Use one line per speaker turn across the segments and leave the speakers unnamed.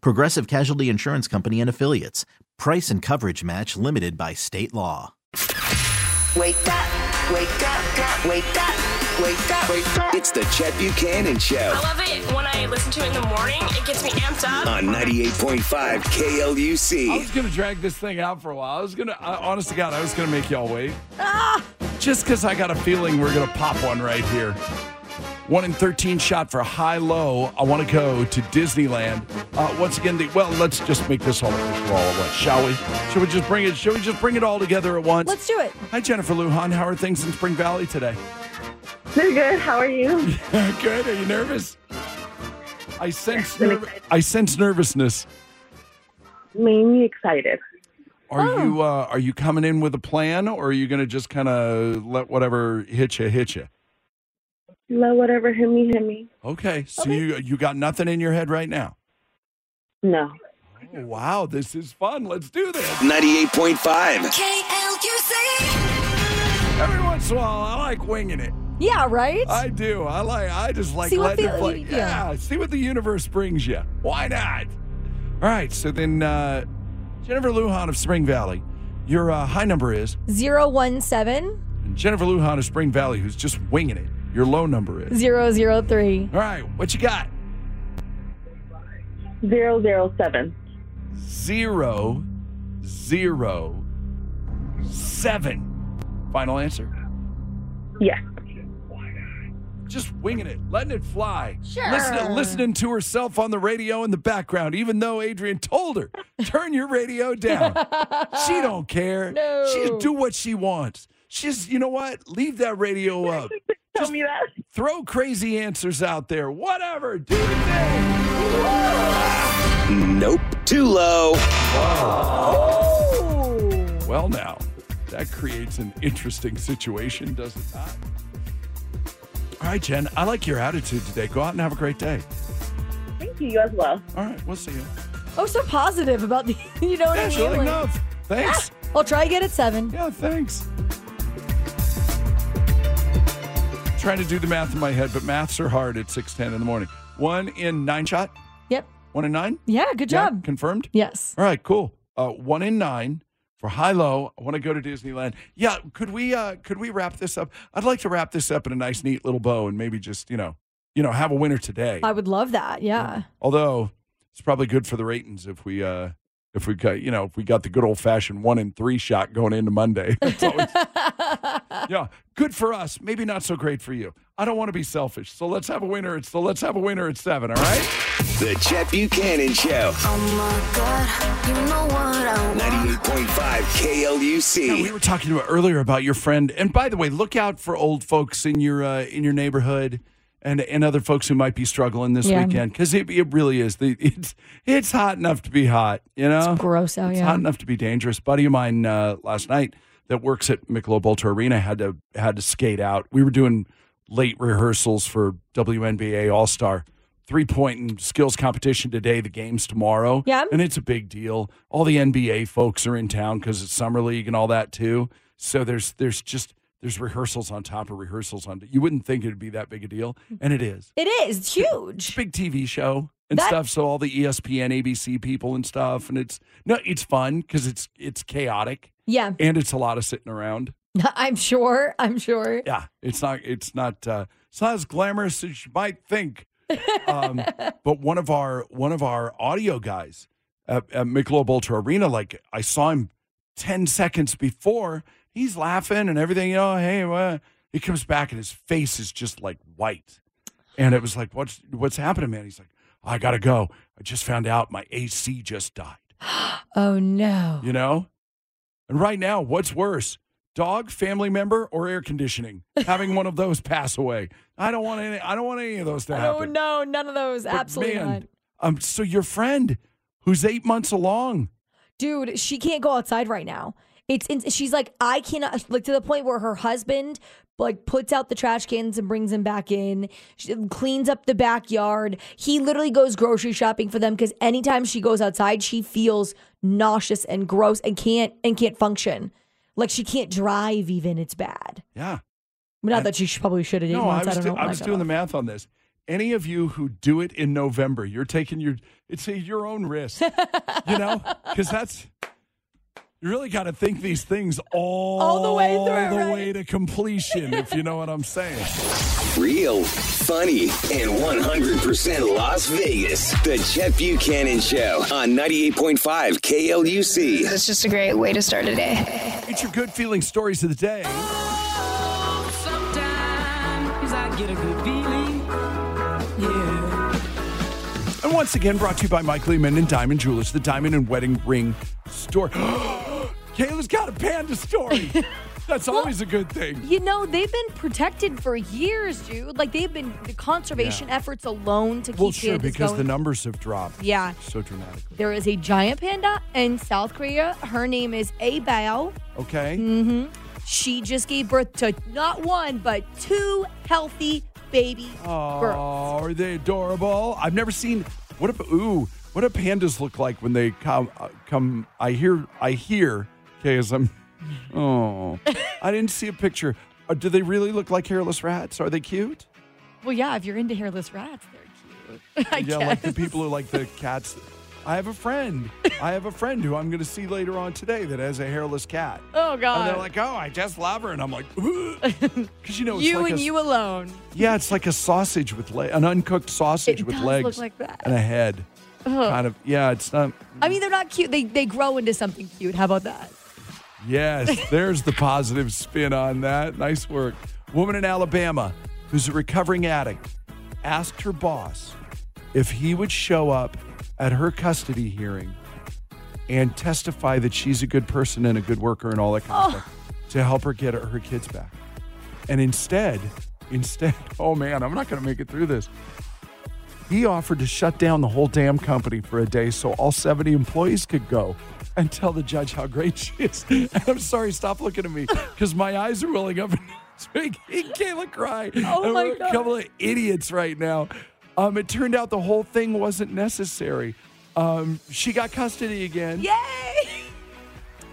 Progressive Casualty Insurance Company and Affiliates. Price and coverage match limited by state law.
Wake up, wake up, wake up, wake up, wake up.
It's the Chet Buchanan Show
I love it when I listen to it in the morning. It gets me amped up.
on 98.5
I
KLUC.
was gonna drag this thing out for a while. I was gonna, I, honest to God, I was gonna make y'all wait.
Ah!
Just because I got a feeling we're gonna pop one right here. One in thirteen shot for high low. I want to go to Disneyland uh, once again. The, well, let's just make this all official all at once, shall we? Shall we just bring it? Shall we just bring it all together at once?
Let's do it.
Hi, Jennifer Lujan. How are things in Spring Valley today?
They're good. How are you?
Good. Are you nervous? I sense nerv- I sense nervousness.
Mainly excited.
Are you uh, are you coming in with a plan, or are you going to just kind of let whatever hit you hit you?
Let whatever hit me, hit me.
Okay, so you you got nothing in your head right now.
No.
Oh, wow, this is fun. Let's do this.
98.5.
KLUC.
Every once in a while, I like winging it.
Yeah, right?
I do. I like. I just like
See what
letting it
feel-
play.
yeah.
Yeah, see what the universe brings you. Why not? All right. So then, uh, Jennifer Lujan of Spring Valley, your uh, high number is,
017
and Jennifer Lujan of Spring Valley, who's just winging it. Your low number is.
003.
All right, what you got?
Zero zero seven.
zero zero seven. Final answer.
Yes.
Just winging it, letting it fly.
Sure.
Listen, listening to herself on the radio in the background, even though Adrian told her, turn your radio down. she don't care.
No.
She'll do what she wants. She's, you know what? Leave that radio up.
Tell me that.
Throw crazy answers out there. Whatever. Do your thing.
Nope. Too low.
Oh
Well, now, that creates an interesting situation, does it not? All right, Jen, I like your attitude today. Go out and have a great day.
Thank you. You as well.
All right, we'll see you.
Oh, so positive about the, you know what
Yeah,
I
she
mean?
like,
Like,
no, thanks.
I'll try again at 7.
Yeah, thanks. Trying to do the math in my head, but maths are hard at 6.10 in the morning. One in nine shot?
Yep.
One in nine?
Yeah, good
Yeah,
job.
confirmed?
Yes.
All right, cool. Uh, one in nine for high low. I want to go to Disneyland. Yeah, could we uh, could we wrap this up? I'd like to wrap this up in a nice, neat little bow and maybe just you know you know have a winner today.
I would love that. Yeah.
Although it's probably good for the ratings if we uh, if we got you know if we got the good old fashioned one in three shot going into Monday. That's always- yeah, good for us. Maybe not so great for you. I don't want to be selfish, so let's have a winner. It's so let's have a winner at seven. All right,
The Chet Buchanan Show.
Oh my god, you know what I want.
98.5
Now, we
KLUC.
were talking about earlier about your friend, and by the way, look out for old folks in your uh, in your neighborhood. And, and other folks who might be struggling this
Yeah.
weekend because it, it really is the, it's it's hot enough to be hot you know
Gross out,
It's
yeah.
hot enough to be dangerous. buddy of mine uh, last night that works at Michelob Ultra Arena had to had to skate out. We were doing late rehearsals for WNBA All Star three point and skills competition today. The games tomorrow.
Yeah.
and it's a big deal. All the NBA folks are in town because it's summer league and all that too. So there's there's just there's rehearsals on top of rehearsals on. You wouldn't think it'd be that big a deal, and it is
Mm-hmm. It is. It's huge.
big TV show and
That-
stuff. So all the E ESPN, ABC people and stuff, and it's no, it's fun because it's it's chaotic
Yeah.
and it's a lot of sitting around.
I'm sure. I'm sure.
Yeah, it's not it's not uh, it's not as glamorous as you might think. Um, but one of our one of our audio guys at, at Michelob Ultra Arena. Like I saw him ten seconds before. He's laughing and everything. You know, hey, what? He comes back and his face is just like white, and it was like, what's what's happening, man? He's like, I gotta go. I just found out my AC just died.
Oh no.
You know? And right now, what's worse? Dog, family member, or air conditioning? Having one of those pass away. I don't want any I don't want any of those to
Oh
happen.
no, none of those.
But
Absolutely
man,
not.
Um so your friend who's eight months along.
Dude, she can't go outside right now. It's in, she's like I cannot like to the point where her husband like puts out the trash cans and brings them back in, she cleans up the backyard. He literally goes grocery shopping for them because anytime she goes outside, she feels nauseous and gross and can't and can't function. Like she can't drive even. It's bad.
Yeah.
Not that she should, probably should have.
No, I was,
I,
do-
don't know. uh,
I was doing the math on this. Any of you who do it in November, you're taking your it's a your own risk. you know? Because that's you really got to think these things all,
All the way through,
all the
right?
way to completion, if you know what I'm saying.
Real, funny, and 100% Las Vegas. The Chet Buchanan Show on 98.5 KLUC.
It's just a great way to start a day.
It's your good feeling stories of the day.
Sometimes I get a good feeling. Yeah.
And once again, brought to you by Mike Lehman and Diamond Jewelers, the diamond and wedding ring store. Kayla's got a panda story. That's always a good thing.
You know, they've been protected for years, dude. Like they've been the conservation efforts alone to keep
Well, sure,
pandas
because
going.
the numbers have dropped
yeah,
so dramatically.
there is a giant panda in South Korea. Her name is A Bao.
Okay?
Mm-hmm. She just gave birth to not one but two healthy baby girls.
Oh, are they adorable? I've never seen. What if? Ooh, what do pandas look like when they come? Uh, come, I hear. I hear. Okay, as I'm. Oh, I didn't see a picture. Uh, do they really look like hairless rats? Are they cute?
Well, yeah, if you're into hairless rats, they're cute. I
yeah,
guess.
like the people who like the cats. I have a friend. I have a friend who I'm going to see later on today that has a hairless cat.
Oh
And they're
God.
like, oh, I just love her. And I'm like, because you know, it's
you
like
and
a-
you alone.
yeah, it's like a sausage with le- an uncooked sausage
It
with
does look
legs
like that.
and a head. Kind of, yeah, it's not.
I mean, they're not cute. They they grow into something cute. How about that?
Yes, there's the positive spin on that. Nice work. Woman in Alabama who's a recovering addict asked her boss if he would show up at her custody hearing and testify that she's a good person and a good worker and all that kind of stuff to help her get her, her kids back. And instead, instead, oh man, I'm not going to make it through this. He offered to shut down the whole damn company for a day so all 70 employees could go and tell the judge how great she is. And I'm sorry, stop looking at me because my eyes are welling up. It's making Kayla cry.
Oh,
And
my
we're a
God.
couple of idiots right now. Um, it turned out the whole thing wasn't necessary. Um, she got custody again.
Yay!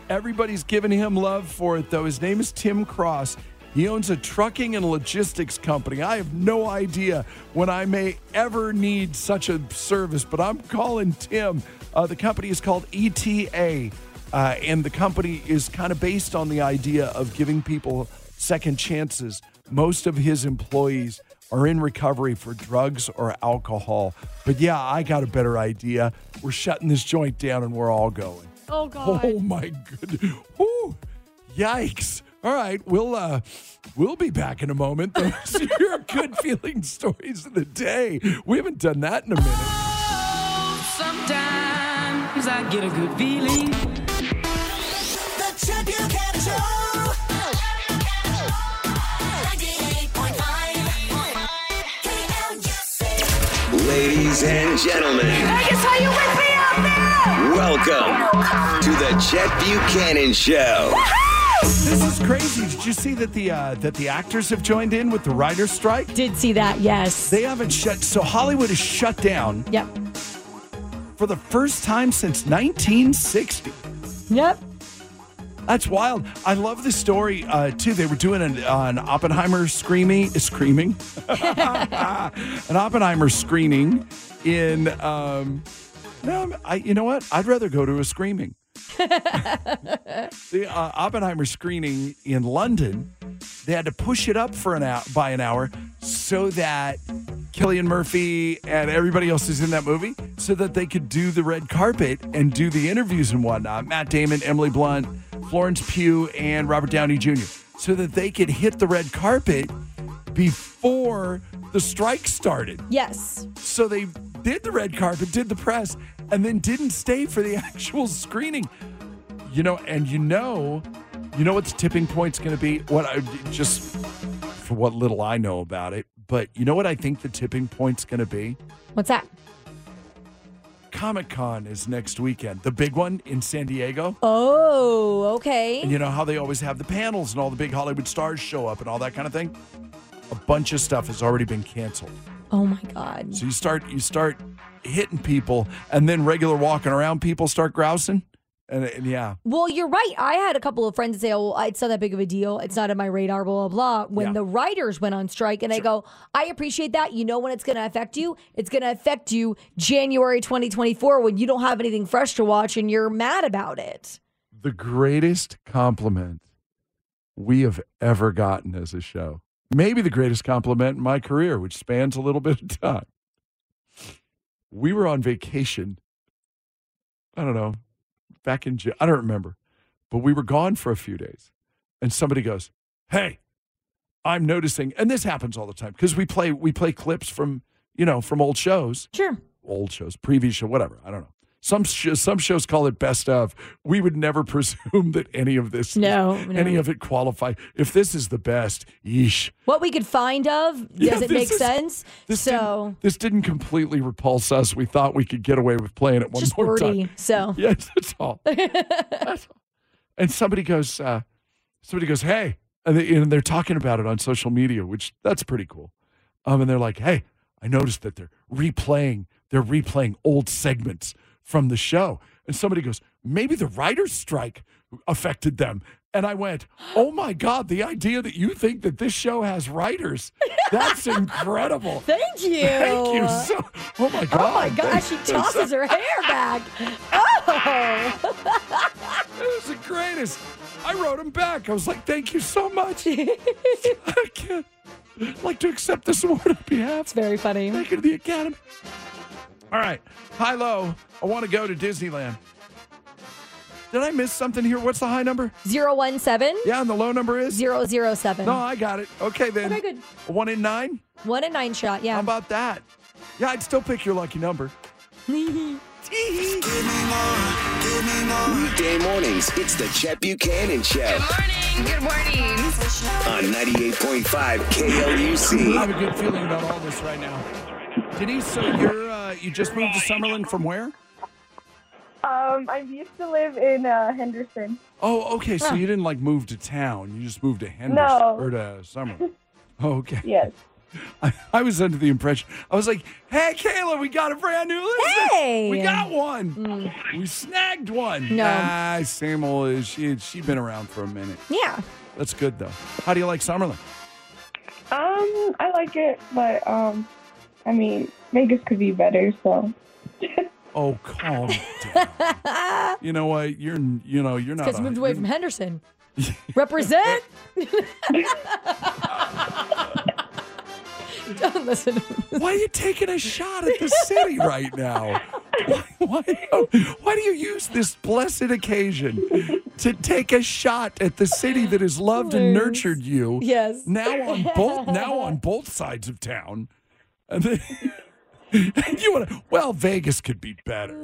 Everybody's giving him love for it, though. His name is Tim Cross. He owns a trucking and logistics company. I have no idea when I may ever need such a service, but I'm calling Tim. Uh, the company is called ETA, uh, and the company is kind of based on the idea of giving people second chances. Most of his employees are in recovery for drugs or alcohol. But yeah, I got a better idea. We're shutting this joint down and we're all going.
Oh God.
Oh my goodness. Whew. Yikes. All right, we'll uh we'll be back in a moment. Those are your good feeling stories of the day. We haven't done that in a minute.
Sometimes I get a good feeling. The Chet Buchanan Show. 98.5 KLUC.
Ladies and gentlemen, welcome to the Chet Buchanan Show.
This is crazy. Did you see that the uh, that the actors have joined in with the writer's strike?
Did see that? Yes.
They haven't shut so Hollywood is shut down
yep.
for the first time since 1960.
Yep.
That's wild. I love the story uh, too. They were doing an, uh, an Oppenheimer screaming, screaming, an Oppenheimer screening in. Um, no, I. You know what? I'd rather go to a screaming. the uh, Oppenheimer screening in London, they had to push it up for an hour by an hour so that Killian Murphy and everybody else who's in that movie so that they could do the red carpet and do the interviews and whatnot. Matt Damon, Emily Blunt, Florence Pugh, and Robert Downey Jr. so that they could hit the red carpet before the strike started.
Yes.
So they did the red carpet, did the press, and then didn't stay for the actual screening. You know, and you know, you know what the tipping point's going to be. What I just for what little I know about it, but you know what I think the tipping point's going to be.
What's that?
Comic Con is next weekend, the big one in San Diego.
Oh,
And
okay.
you know how they always have the panels and all the big Hollywood stars show up and all that kind of thing. A bunch of stuff has already been canceled.
Oh my God.
So you start you start hitting people, and then regular walking around people start grousing, and, and yeah,
Well, you're right. I had a couple of friends that say, "Oh, well, it's not that big of a deal. It's not in my radar." Blah blah. blah. When
Yeah.
the writers went on strike, and I go, "I appreciate that. You know when it's going to affect you? It's going to affect you January 2024 when you don't have anything fresh to watch and you're mad about it."
the greatest compliment we have ever gotten as a show. Maybe the greatest compliment in my career, which spans a little bit of time. We were on vacation. I don't know, back in Ju- I don't remember, but we were gone for a few days, and somebody goes, "Hey, I'm noticing," and this happens all the time because we play we play clips from you know from old shows
Sure.
old shows, previous show, whatever. I don't know. Some sh- some shows call it best of. We would never presume that any of this,
No,
any
no.
of it qualify. If this is the best, yeesh.
What we could find of does
Yeah,
it
this
make
is-
sense?
This
So
didn't, this didn't completely repulse us. We thought we could get away with playing it one
just
more
wordy.
time.
So
Yes, that's all. That's all. And somebody goes, uh, somebody goes, hey, and, they, and they're talking about it on social media, which that's pretty cool. Um, and they're like, hey, I noticed that they're replaying, they're replaying old segments from the show. And somebody goes, maybe the writer's strike affected them. And I went, oh my God, the idea that you think that this show has writers, that's incredible.
thank you.
Thank you so. Oh my God.
Oh my gosh, she
Thank you so
tosses her hair back. Oh.
It was the greatest. I wrote him back. I was like, thank you so much. I can't I'd like to accept this award on behalf.
Very funny.
Thank you to the Academy. All right. High low. I want to go to Disneyland. Did I miss something here? What's the high number?
017
Yeah, and the low number is?
007.
No, I got it. Okay, then.
Okay, good.
One in nine?
One in nine shot,
How
yeah.
about that? Yeah, I'd still pick your lucky number.
Weekday mornings, it's the Chet Buchanan Show
morning. Good morning.
on 98.5 KLUC.
I have a good feeling about all this right now. Denise, so you're, uh, you just moved to Summerlin from where?
Um, I used to live in uh, Henderson.
Oh, okay. So you didn't like move to town. You just moved to Henderson
No.
or to Summer. Oh, okay.
Yes.
I, I was under the impression I was like, "Hey, Kayla, we got a brand new listener.
Hey!" Mm.
we got one. We snagged one."
No.
Nah, same old. as She she been around for a minute.
Yeah.
That's good though. How do you like Summerlin?
Um, I like it, but um, I mean, Vegas could be better. So
Oh, calm down. you know what? You're you know you're not
Because
a-
moved away
you're-
from Henderson. Represent. Don't listen.
Why are you taking a shot at the city right now? Why, why, why do you use this blessed occasion to take a shot at the city that has loved and
Hilarious.
nurtured you?
Yes.
Now on both now on both sides of town, and then you want to? Well, Vegas could be better.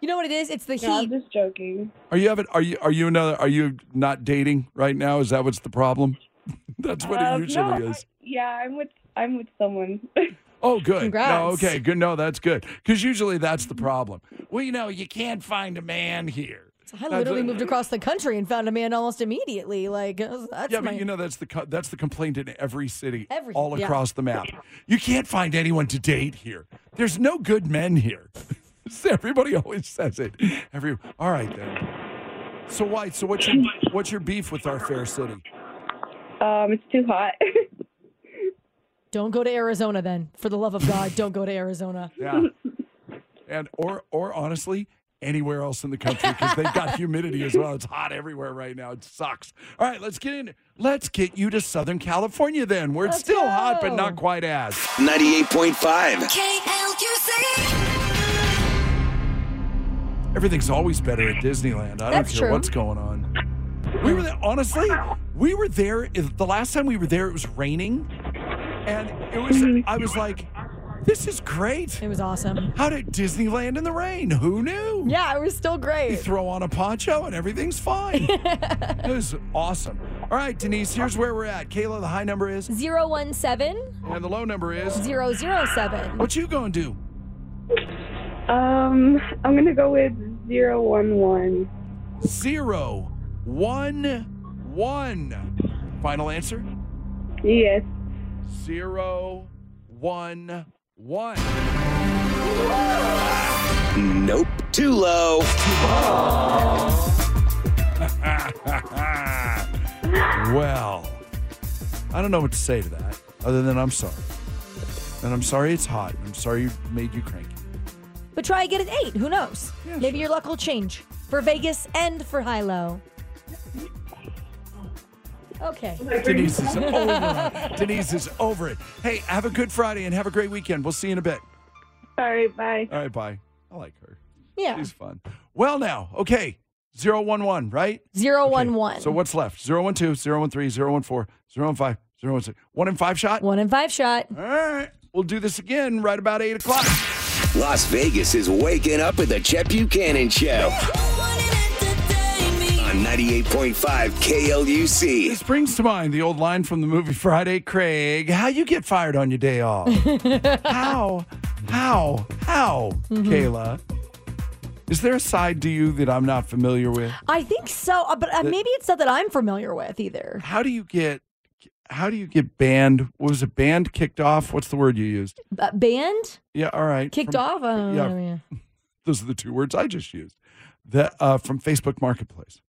You know what it is? It's the heat.
no, I'm just joking.
Are you having? Are you are you another? Are you not dating right now? Is that what's the problem? That's what
Um,
it usually
no, I-
is.
yeah, I'm with I'm with someone.
Oh, good. No,
Congrats.
okay, good. No, that's good. Because usually that's the problem. Well, you know, you can't find a man here. Uh,
I literally moved across the country and found a man almost immediately. Like uh, that's
Yeah,
my.
but you know that's the co- that's the complaint in every city,
Every-
all
yeah.
across the map. You can't find anyone to date here. There's no good men here. Everybody always says it. Every all right then. So why? So what's your what's your beef with our fair city?
um, it's too hot.
don't go to Arizona then. For the love of God, don't go to Arizona.
Yeah, and or or honestly, anywhere else in the country because they've got humidity as well. It's hot everywhere right now. It sucks. All right, let's get in. Let's get you to Southern California then, where it's still hot but not quite as.
98.5.
Everything's always better at Disneyland. I
That's
don't care
true.
what's going on. We were there, honestly, we were there. if- The last time we were there, it was raining, and it was. I was like, "This is great."
Mhm. It was awesome.
How did Disneyland in the rain? Who knew?
Yeah, it was still
You
great.
throw on a poncho and everything's fine. it was awesome. All right, Denise, here's where we're at. Kayla, the high number is,
017
and the low number is.
007.
What you gonna do?
Um, I'm gonna go with zero one one.
Zero, one, one. Final answer.
Yes.
Zero, one, one.
Nope. Too low.
Well, I don't know what to say to that other than I'm sorry. And I'm sorry it's hot. I'm sorry you made you cranky.
But try again at 8. Who knows? Maybe your luck will change for Vegas and for high low. Okay.
Denise is over it. Denise is over it. Hey, have a good Friday and have a great weekend. We'll see you in a bit.
All right. Bye.
All right, bye. I like her.
Yeah.
She's fun. Well, now, okay. 011, right?
011.
So what's left? 012, 013, 014, 015, 016. One in five shot?
One in five shot.
All right. We'll do this again right about 8 o'clock.
Las Vegas is waking up with the Chet Buchanan Show. On 98.5 KLUC.
This brings to mind the old line from the movie Friday, Craig. How you get fired on your day off? how? How? How?
Mm-hmm.
Kayla, is there a side to you that I'm not familiar with?
I think so, uh, but uh, maybe it's not that I'm familiar with either.
How do you get? How do you get banned? What was it? Banned, kicked off? What's the word you used?
Uh, band?
Yeah, all right.
Kicked
From-
off? I don't
yeah.
know, yeah.
Those are the two words I just used. That uh, from Facebook Marketplace.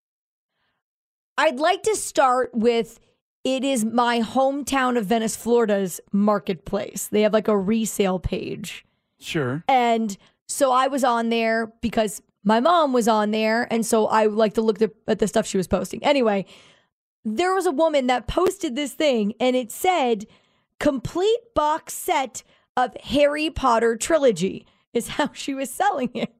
I'd like to start with it is my hometown of Venice, Florida's marketplace. They have like a resale page.
Sure.
And so I was on there because my mom was on there. And so I like to look the, at the stuff she was posting. Anyway, there was a woman that posted this thing and it said, complete box set of Harry Potter trilogy is how she was selling it.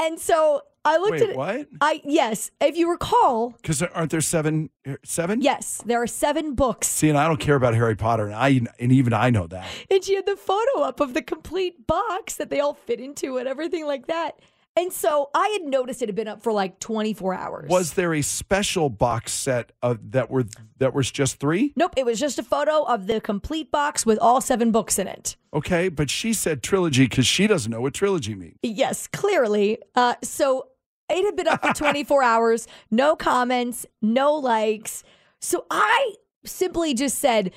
And so I looked
Wait,
at it.
what?
I, yes, if you recall,
Because aren't there seven? Seven?
yes, there are seven books
See, and I don't care about Harry Potter, and I and even I know that.
And she had the photo up of the complete box that they all fit into and everything like that. And so I had noticed it had been up for like 24 hours.
Was there a special box set of that were that was just three?
Nope, it was just a photo of the complete box with all seven books in it.
Okay, but she said trilogy because she doesn't know what trilogy means.
Yes, clearly. Uh, so it had been up for 24 hours, no comments, no likes. So I simply just said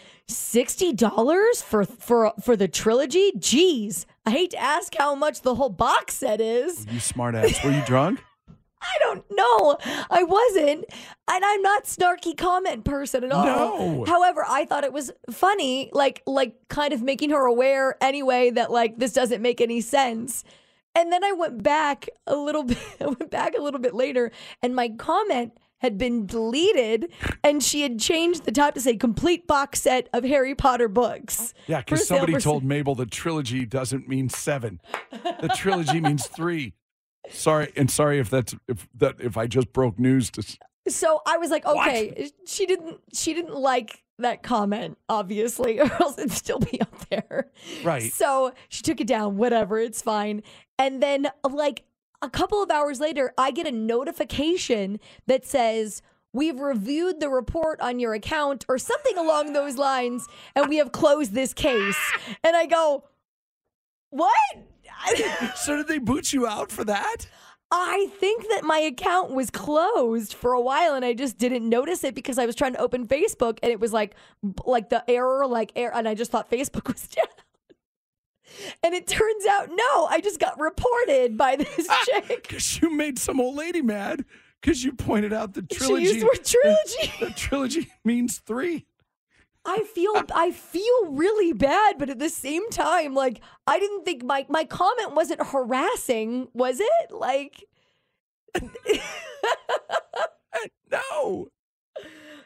$60 for for for the trilogy? Jeez. I hate to ask how much the whole box set is.
You smartass, were you drunk?
I don't know. I wasn't. And I'm not snarky comment person at all.
No.
However, I thought it was funny, like like kind of making her aware anyway that like this doesn't make any sense. And then I went back a little bit I went back a little bit later and my comment had been deleted and she had changed the top to say complete box set of Harry Potter books.
Yeah,
For
because
sale
somebody
for s-
told Mabel the trilogy doesn't mean seven. The trilogy means three. Sorry, and sorry if that's if that if I just broke news to s-
So I was like, okay, she didn't she didn't like that comment, obviously, or else it'd still be up there.
Right.
So she took it down, whatever, it's fine. And then like a couple of hours later, I get a notification that says We've reviewed the report on your account or something along those lines, and we have closed this case. And I go, What?
So did they boot you out for that?
I think that my account was closed for a while and I just didn't notice it because I was trying to open Facebook and it was like b- like the error like error and I just thought Facebook was down. And it turns out no, I just got reported by this chick.
Because Ah, you made some old lady mad because you pointed out the
She
trilogy.
used the word trilogy.
the trilogy means three.
I feel I feel really bad, but at the same time, like I didn't think my my comment wasn't harassing, was it? Like
No.
Uh,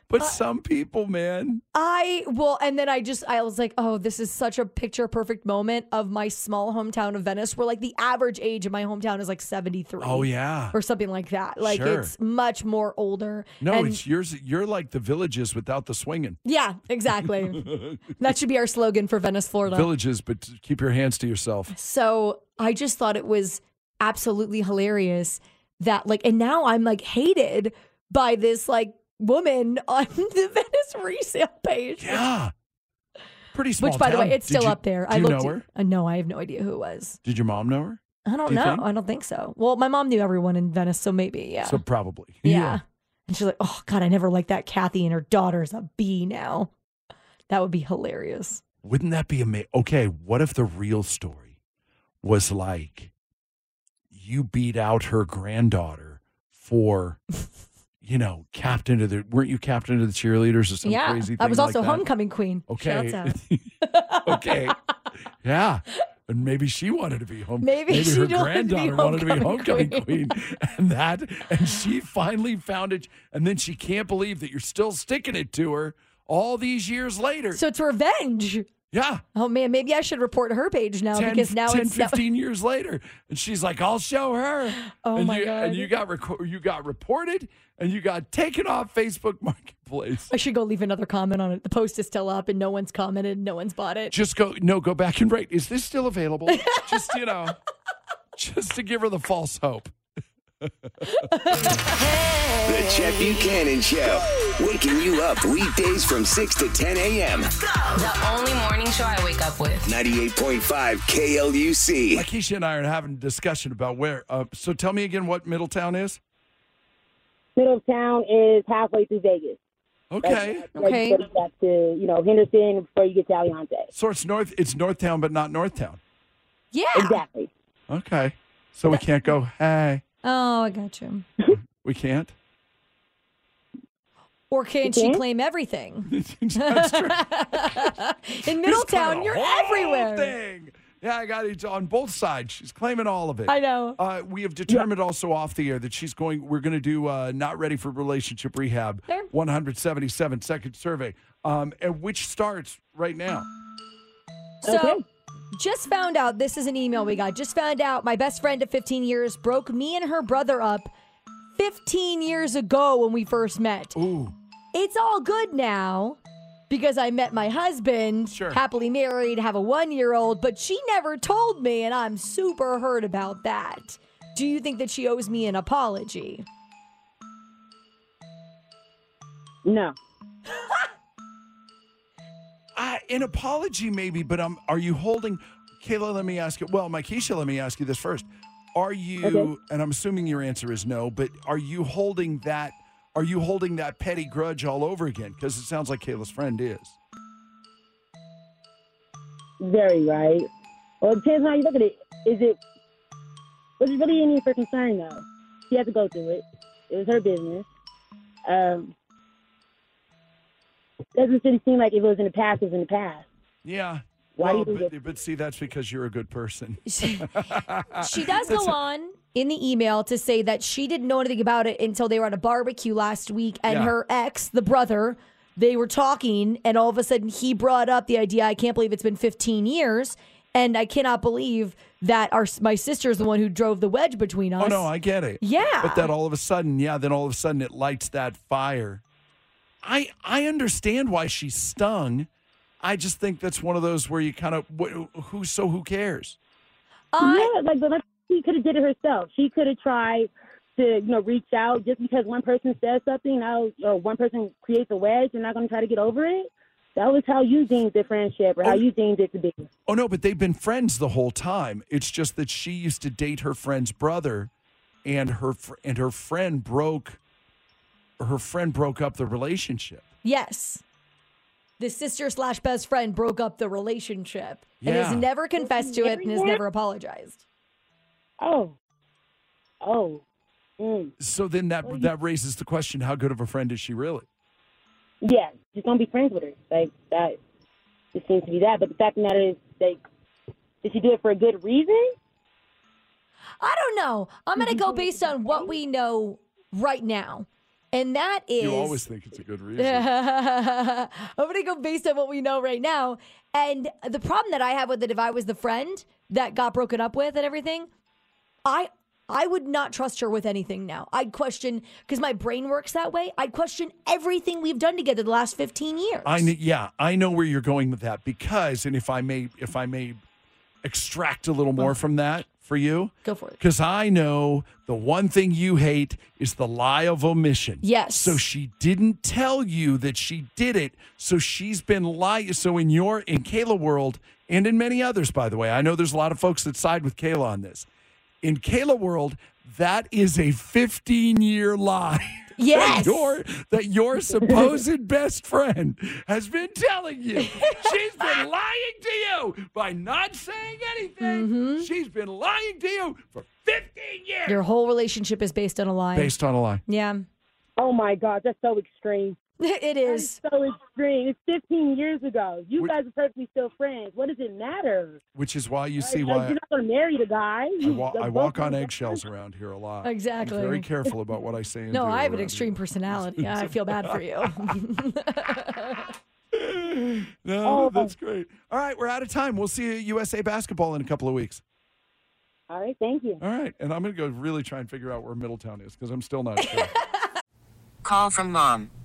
But some people, man.
I well, and then I just I was like, oh, this is such a picture perfect moment of my small hometown of Venice, where like the average age in my hometown is like seventy three.
Oh, yeah.
or something like that. Like
Sure.
it's much more older.
No,
And-
it's yours. You're like the villages without the swinging.
yeah, exactly. that should be our slogan for Venice, Florida.
Villages, but keep your hands to yourself.
So I just thought it was absolutely hilarious that like, and now I'm like hated by this like woman on the Venice resale page. which-
Yeah. Pretty small.
Which, by the
town.
way, it's
Did
still
you-
up there.
Do
I
you
looked.
know her?
Uh, no, I have no idea who it was.
Did your mom know her?
I don't
Do you
know.
think?
I don't think so. Well, my mom knew everyone in Venice, so maybe, yeah.
So probably.
yeah. And she's like, oh, God, I never liked that Kathy, and her daughter's a bee now. That would be hilarious.
Wouldn't that be amazing? Okay, what if the real story was like you beat out her granddaughter for, you know, captain of the weren't you captain of the cheerleaders or some
yeah.
crazy thing?
I was
like
also
that?
homecoming queen. Shouts
Okay.
out.
okay. Yeah. And maybe she wanted to be home.
Maybe she
her
wanted to be
granddaughter wanted to be homecoming
homecoming
queen. and that, and she finally found it. And then she can't believe that you're still sticking it to her all these years later.
So it's revenge.
yeah.
Oh man, maybe I should report her page now
10,
because now
10,
it's now-
15 years later. And she's like, I'll show her.
Oh,
and
my
you,
God.
And you got, reco- you got reported and you got taken off Facebook Marketplace.
I should go leave another comment on it. The post is still up and no one's commented, no one's bought it.
just go no go back and write is this still available just you know just to give her the false hope
The Chet Buchanan Show. Waking you up weekdays from 6 to 10 a.m.
The only morning show I wake up with.
98.5 KLUC.
Lakeisha and i are having a discussion about where uh, so tell me again what middletown is
Middletown is halfway through Vegas.
okay
Like,
Okay.
Before you got to, you know, Henderson before you get to Aliante.
so it's north it's northtown but not northtown
Yeah.
Oh,
Exactly.
okay so we can't go hey
Oh, I got you.
we can't
Or can she claim everything?
that's true
In
She's claiming
Middletown,
the
you're
whole
everywhere.
thing. yeah i got it on both sides she's claiming all of it
I know.
uh, we have determined also off the air that she's going. We're going to do uh, not ready for relationship rehab.
Sure.
177 second survey, um, and which starts right now.
So,
Okay.
just found out this is an email we got. Just found out my best friend of 15 years broke me and her brother up 15 years ago when we first met.
Ooh,
It's all good now because I met my husband,
Sure.
happily married, have a one year old, but she never told me, and I'm super hurt about that. Do you think that she owes me an apology?
No.
uh, an apology maybe, but um, are you holding? Kayla, let me ask you. Well, my Keisha, let me ask you this first. Are you?
Okay.
And I'm assuming your answer is no, but are you holding that? Are you holding that petty grudge all over again? Because it sounds like Kayla's friend is.
Very right. Well, it depends on how you look at it. Is it, was it really any of her concern, though? She had to go through it. It was her business. Um, doesn't really seem like if it was in the past, it was in the past.
Yeah.
Why do
well,
you think
but, but see, that's because you're a good person.
She, she does go on Uh, in the email to say that she didn't know anything about it until they were at a barbecue last week and
Yeah.
her ex, the brother, they were talking and all of a sudden he brought up the idea I can't believe it's been 15 years and I cannot believe that our my sister's the one who drove the wedge between us.
Oh no, I get it.
Yeah.
But that all of a sudden, yeah, then all of a sudden it lights that fire. I I understand why she's stung. I just think that's one of those where you kind of wh- who so who cares?
I-
yeah, like, but like, she could have did it herself. She could have tried to, you know, reach out just because one person says something, now or one person creates a wedge, and not going to try to get over it. That was how you deemed the friendship, or how you deemed it to be.
Oh no, but they've been friends the whole time. It's just that she used to date her friend's brother, and her fr- and her friend broke. Her friend broke up the relationship.
Yes. The sister slash best friend broke up the relationship and
Yeah.
has never confessed to it and has never apologized.
Oh, oh, mm.
So then that that raises the question: How good of a friend is she really?
yeah, just don't be friends with her. Like that, it seems to be that. But the fact of the matter is, like, did she do it for a good reason?
I don't know. I'm going to go based on what we know right now. And that is.
You always think it's a good reason.
I'm going to go based on what we know right now. And the problem that I have with it, if I was the friend that got broken up with and everything, I. I would not trust her with anything now. I'd question because my brain works that way. I'd question everything we've done together the last 15 years.
I kn- yeah, I know where you're going with that because, and if I may, if I may, extract a little more from that for you.
Go for it.
Because I know the one thing you hate is the lie of omission.
Yes.
So she didn't tell you that she did it. So she's been lying. So in your in Kayla world and in many others, by the way, I know there's a lot of folks that side with Kayla on this. In Kayla world, that is a 15 year lie.
Yes.
That your, that your supposed best friend has been telling you. She's been lying to you by not saying anything.
Mm-hmm.
She's been lying to you for 15 years.
Your whole relationship is based on a lie.
Based on a lie.
yeah.
Oh my God, that's so extreme.
It
That
is.
so extreme. It's 15 years ago. You
Would-
guys are perfectly still friends. What does it matter?
Which is why you
Right?
see
Like,
why
you're not going to marry the guy.
I,
You-
wa-
the
I
both
walk
of
on
you-
eggshells around here a lot.
Exactly.
I'm very careful about what I say and
No, I
do
have
around
an
here.
extreme personality. I feel bad for you.
No,
Oh.
that's great. All right, we're out of time. We'll see you at USA basketball in a couple of weeks.
All right, thank you.
All right, and I'm going to go really try and figure out where Middletown is because I'm still not sure.
Call from mom.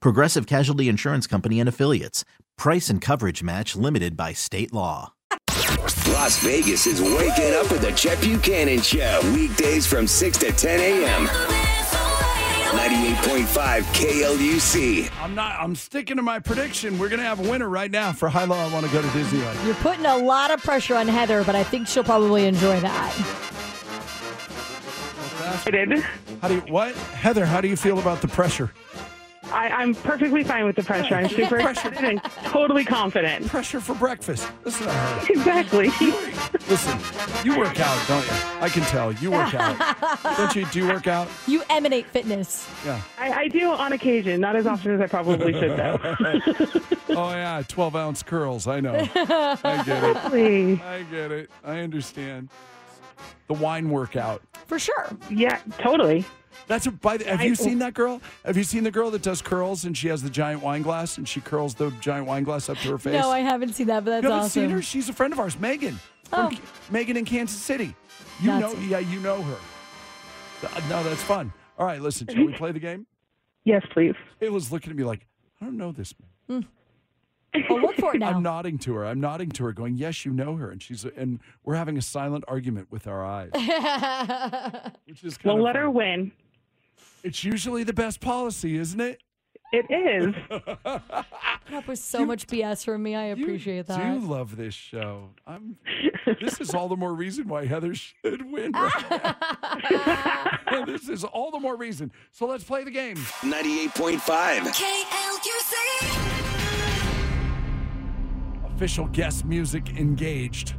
Progressive Casualty Insurance Company and Affiliates. Price and coverage match limited by state law.
Las Vegas is waking up with the Chet Buchanan Show. Weekdays from 6 to 10 a.m. 98.5 KLUC.
I'm not. I'm sticking to my prediction. We're gonna have a winner right now for high low. I want to go to Disneyland.
You're putting a lot of pressure on Heather, but I think she'll probably enjoy that.
How do you? What, Heather? How do you feel about the pressure?
I, I'm perfectly fine with the pressure. I'm super excited and totally confident.
Pressure for breakfast. Listen, to her.
Exactly.
listen. You work out, don't you? I can tell. You work out. don't you? Do you work out?
You emanate fitness.
Yeah.
I, I do on occasion, not as often as I probably should, though.
Oh yeah. Twelve ounce curls. I know. I get it.
Please.
I get it. I understand. The wine workout.
For sure.
Yeah, totally.
That's a, by the, have
I-
you seen that girl? Have you seen the girl that does curls and she has the giant wine glass and she curls the giant wine glass up to her face?
No, I haven't seen that, but that's
you haven't
awesome.
seen her? She's a friend of ours, Megan. From
Oh.
K- Megan in Kansas City. You
That's
know,
it.
yeah, you know her. Uh, No, that's fun. All right, listen, shall we play the game?
Yes, please.
Ayla's looking at me like, I don't know this man.
Hmm. Well, look for it now.
I'm nodding to her. I'm nodding to her, going, Yes, you know her. And she's and we're having a silent argument with our eyes, which is kind
We'll
of
let her
fun.
win.
It's usually the best policy, isn't it?
It is.
that was so much BS from me. I appreciate
you
that.
do love this show. I'm. this is all the more reason why Heather should win. right now. this is all the more reason. So let's play the game.
98.5.
Official guest music engaged.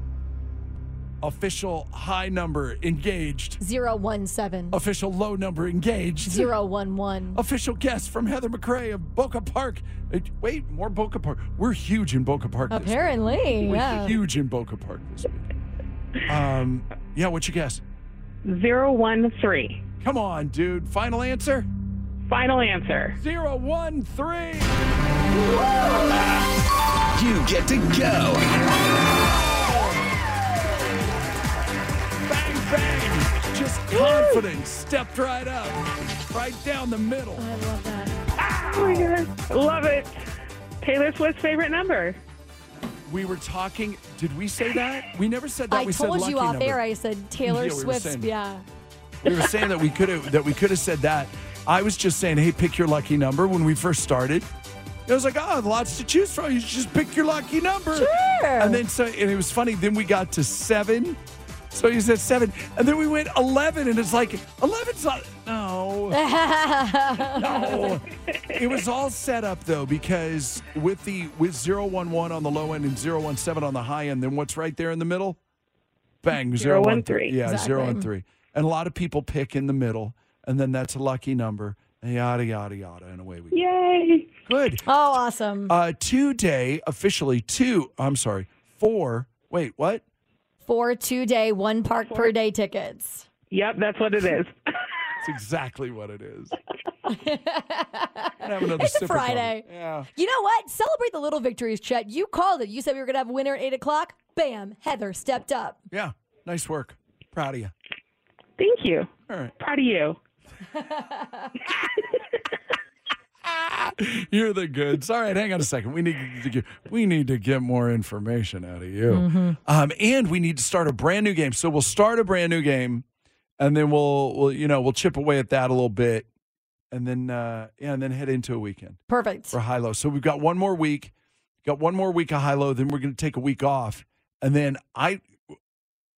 Official high number engaged.
Zero one seven
Official low number engaged.
zero one one.
Official guest from Heather McRae of Boca Park. Uh, Wait, more Boca Park. We're huge in Boca Park. This week.
Apparently,
We're
yeah.
huge in Boca Park this week. Um, yeah, what's your guess?
Zero one three.
Come on, dude. Final answer?
Final answer.
Zero, one, three.
You get to go.
Just confidence stepped right up, right down the middle. I
love that.
Oh my gosh. Love it. Taylor Swift's favorite number.
We were talking. Did we say that? We never said that.
I
we said
told
lucky
you off
number.
air. I said Taylor
Yeah, we were
Swift's.
saying-
yeah.
We were saying that we could have that we could have said that. I was just saying, hey, pick your lucky number when we first started. It was like, oh, lots to choose from. You should just pick your lucky number.
Sure.
And then so and it was funny. Then we got to seven. So you said seven. And then we went eleven, and it's like 11's not no. no. It was all set up though, because with the with 011 on the low end and 017 on the high end, then what's right there in the middle? Bang,
Zero,
013.
one, three.
Yeah, zero
Exactly.
and three. And a lot of people pick in the middle, and then that's a lucky number, and yada, yada, yada, and away we go.
Yay.
Good.
Oh, awesome.
Uh, today, officially two, I'm sorry, four, wait, what?
Four two day, one park per day tickets.
Yep, that's what it is.
That's exactly what it is. have another
it's a
sip or something.
Friday.
Yeah.
You know what? Celebrate the little victories, Chet. You called it. You said we were going to have a winner at 8 o'clock. Bam. Heather stepped up.
Yeah, nice work. Proud of you.
Thank you.
All right.
Proud of you.
You're the goods. All right, hang on a second. We need to get, we need to get more information out of you,
Mm-hmm.
Mhm.
um, and we need to start a brand new game. So we'll start a brand new game, and then we'll we'll you know we'll chip away at that a little bit, and then uh, yeah, and then head into a weekend
Perfect.
for high low. So we've got one more week, got one more week of high low. Then we're going to take a week off, and then I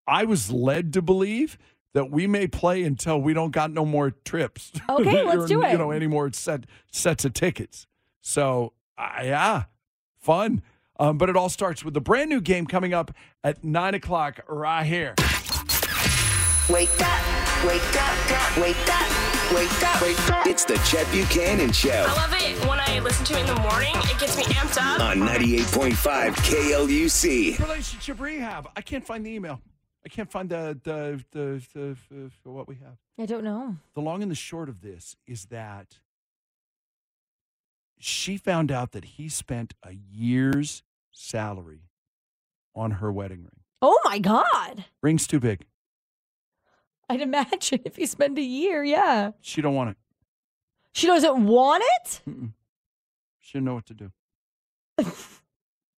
I was led to believe that we may play until we don't got no more trips.
Okay, let's
Or,
do
You
it.
know, any more set sets of tickets. So uh, yeah, fun. Um, but it all starts with the brand new game coming up at nine o'clock right here.
Wake up, wake up, up, wake up, wake up, wake up.
It's the Chet Buchanan Show
I love it when I listen to it in the morning. It gets me amped up.
on 98.5 KLUC.
Relationship rehab. I can't find the email. I can't find the the the, the, the what we have.
I don't know.
the long and the short of this is that she found out that he spent a year's salary on her wedding ring.
Oh, my God.
Ring's too big.
I'd imagine if you spend a year. Yeah.
She don't want it.
She doesn't want it?
She didn't know what to do.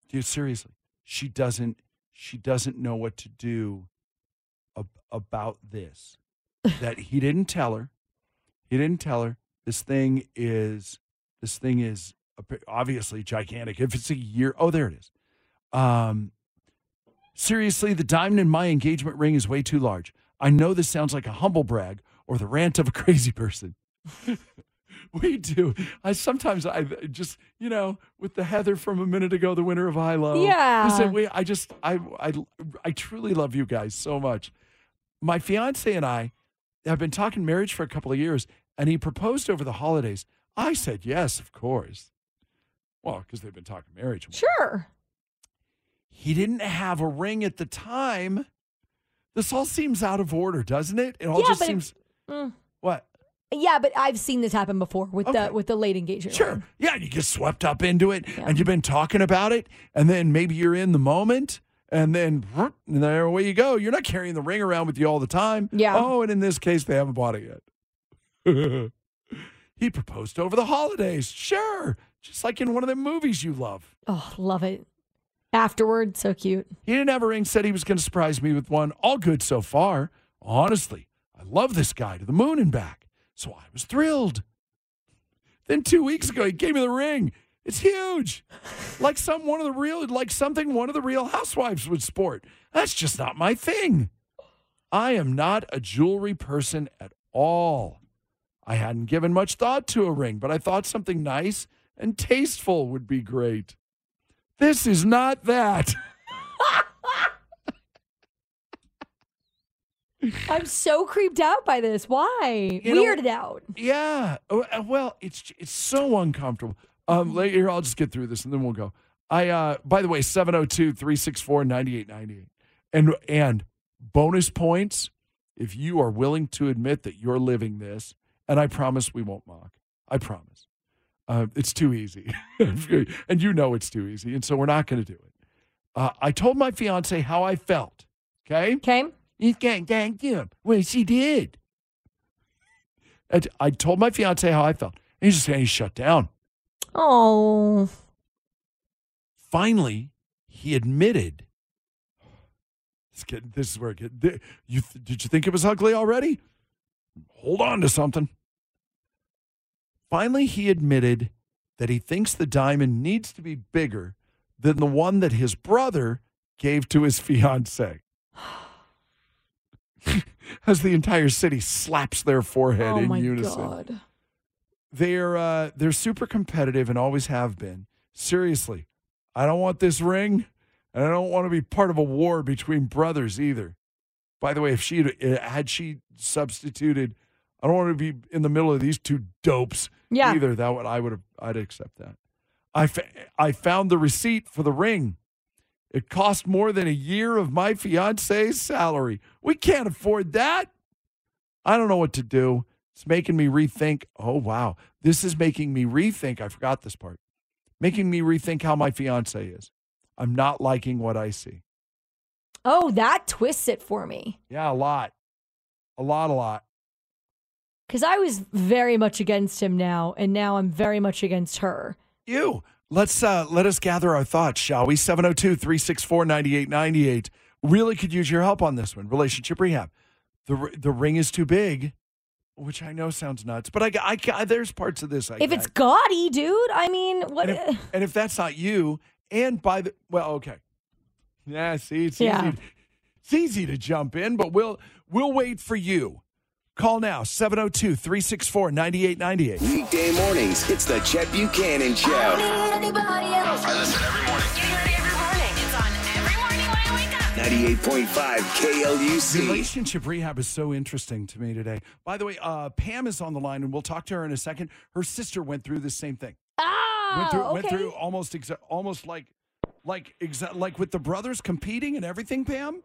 Dude, seriously, she doesn't. She doesn't know what to do ab- about this. that he didn't tell her. He didn't tell her. This thing is. This thing is ap- obviously gigantic. If it's a year, oh, there it is. Um, seriously, the diamond in my engagement ring is way too large. I know this sounds like a humble brag or the rant of a crazy person. We do. I sometimes I just you know with the Heather from a minute ago, the winner of I Love.
Yeah.
Listen, we. I just I I I truly love you guys so much. My fiance and I have been talking marriage for a couple of years, and he proposed over the holidays. I said yes, of course. Well, because they've been talking marriage.
Sure.
He didn't have a ring at the time. This all seems out of order, doesn't it? It all
Yeah,
just
but it-
seems
Mm.
what.
Yeah, but I've seen this happen before with the with the late engagement.
Sure.
ring.
Yeah, and you get swept up into it and you've been talking about it and then maybe you're in the moment and then vroom, and there away you go. You're not carrying the ring around with you all the time.
Yeah.
Oh, and in this case they haven't bought it yet. he proposed over the holidays. Sure. Just like in one of the movies you love.
Oh, love it. Afterward, so cute.
He didn't have a ring, said he was going to surprise me with one. All good so far. Honestly, I love this guy to the moon and back. So I was thrilled. Then two weeks ago, he gave me the ring. It's huge. Like some one of the real like something one of the real housewives would sport. That's just not my thing. I am not a jewelry person at all. I hadn't given much thought to a ring, but I thought something nice and tasteful would be great. This is not that.
I'm so creeped out by this. Why?
You know-
Weirded out.
Yeah. Oh, uh, Well, it's it's so uncomfortable. Um, la- here, I'll just get through this and then we'll go. I uh by the way, 702-364-9898. And and bonus points if you are willing to admit that you're living this, and I promise we won't mock. I promise. Uh, it's too easy. and you know it's too easy, and so we're not going to do it. Uh, I told my fiance how I felt. Okay?
Okay.
He's getting ganged up. Well, she did. I, I told my fiance how I felt. He's just saying he shut down.
Oh.
Finally, he admitted. It's getting, this is where it get, th- you th- did you think it was ugly already? Hold on to something. Finally, he admitted that he thinks the diamond needs to be bigger than the one that his brother gave to his fiance. As the entire city slaps their forehead
oh
in
my
unison
god.
they're uh, they're super competitive and always have been. Seriously, I don't want this ring, and I don't want to be part of a war between brothers either. By the way, if she had she substituted, I don't want to be in the middle of these two dopes
Yeah.
either. That would I would have I'd accept that. I fa- I found the receipt for the ring. It cost more than a year of my fiance's salary. We can't afford that. I don't know what to do. It's making me rethink. Oh, wow. This is making me rethink. I forgot this part. Making me rethink how my fiance is. I'm not liking what I see.
Oh, that twists it for me.
Yeah, a lot. A lot, a lot.
Because I was very much against him now, and now I'm very much against her.
You. Let's uh let us gather our thoughts, shall we? 702-364-9898. Really could use your help on this one. Relationship rehab. The r- the ring is too big, which I know sounds nuts, but I, g- I, g- I- there's parts of this I
if it's eh.
get.
gaudy, dude, I mean, what?
And if, and if that's not you, and by the well, okay. Yeah, see, it's
Yeah.
easy. It's easy to jump in, but we'll we'll wait for you. Call now 702-364-9898.
Weekday mornings, it's the Chet Buchanan Show.
Anybody else?
I listen every morning.
It's on every morning when I wake up.
98.5 KLUC.
Relationship rehab is so interesting to me today. By the way, uh, Pam is on the line, and we'll talk to her in a second. Her sister went through the same thing.
Ah,
went through,
okay.
went through almost exa- almost like like exa- like with the brothers competing and everything. Pam,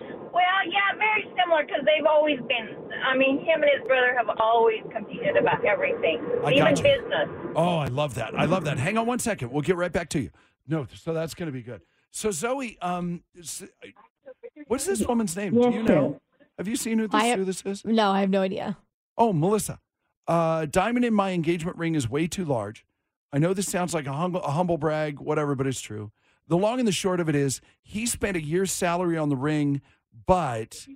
Well, yeah, very similar because they've always been. I mean, him and his brother have always competed about everything,
I
even
gotcha.
business.
Oh, I love that. I love that. Hang on one second. We'll get right back to you. No, so that's going to be good. So Zoe, um, s- what's this woman's name? Do you know? Have you seen who this,
I-
who this is?
No, I have no idea.
Oh, Melissa. Uh, diamond in my engagement ring is way too large. I know this sounds like a, hung- a humble brag, whatever, but it's true. The long and the short of it is, he spent a year's salary on the ring, but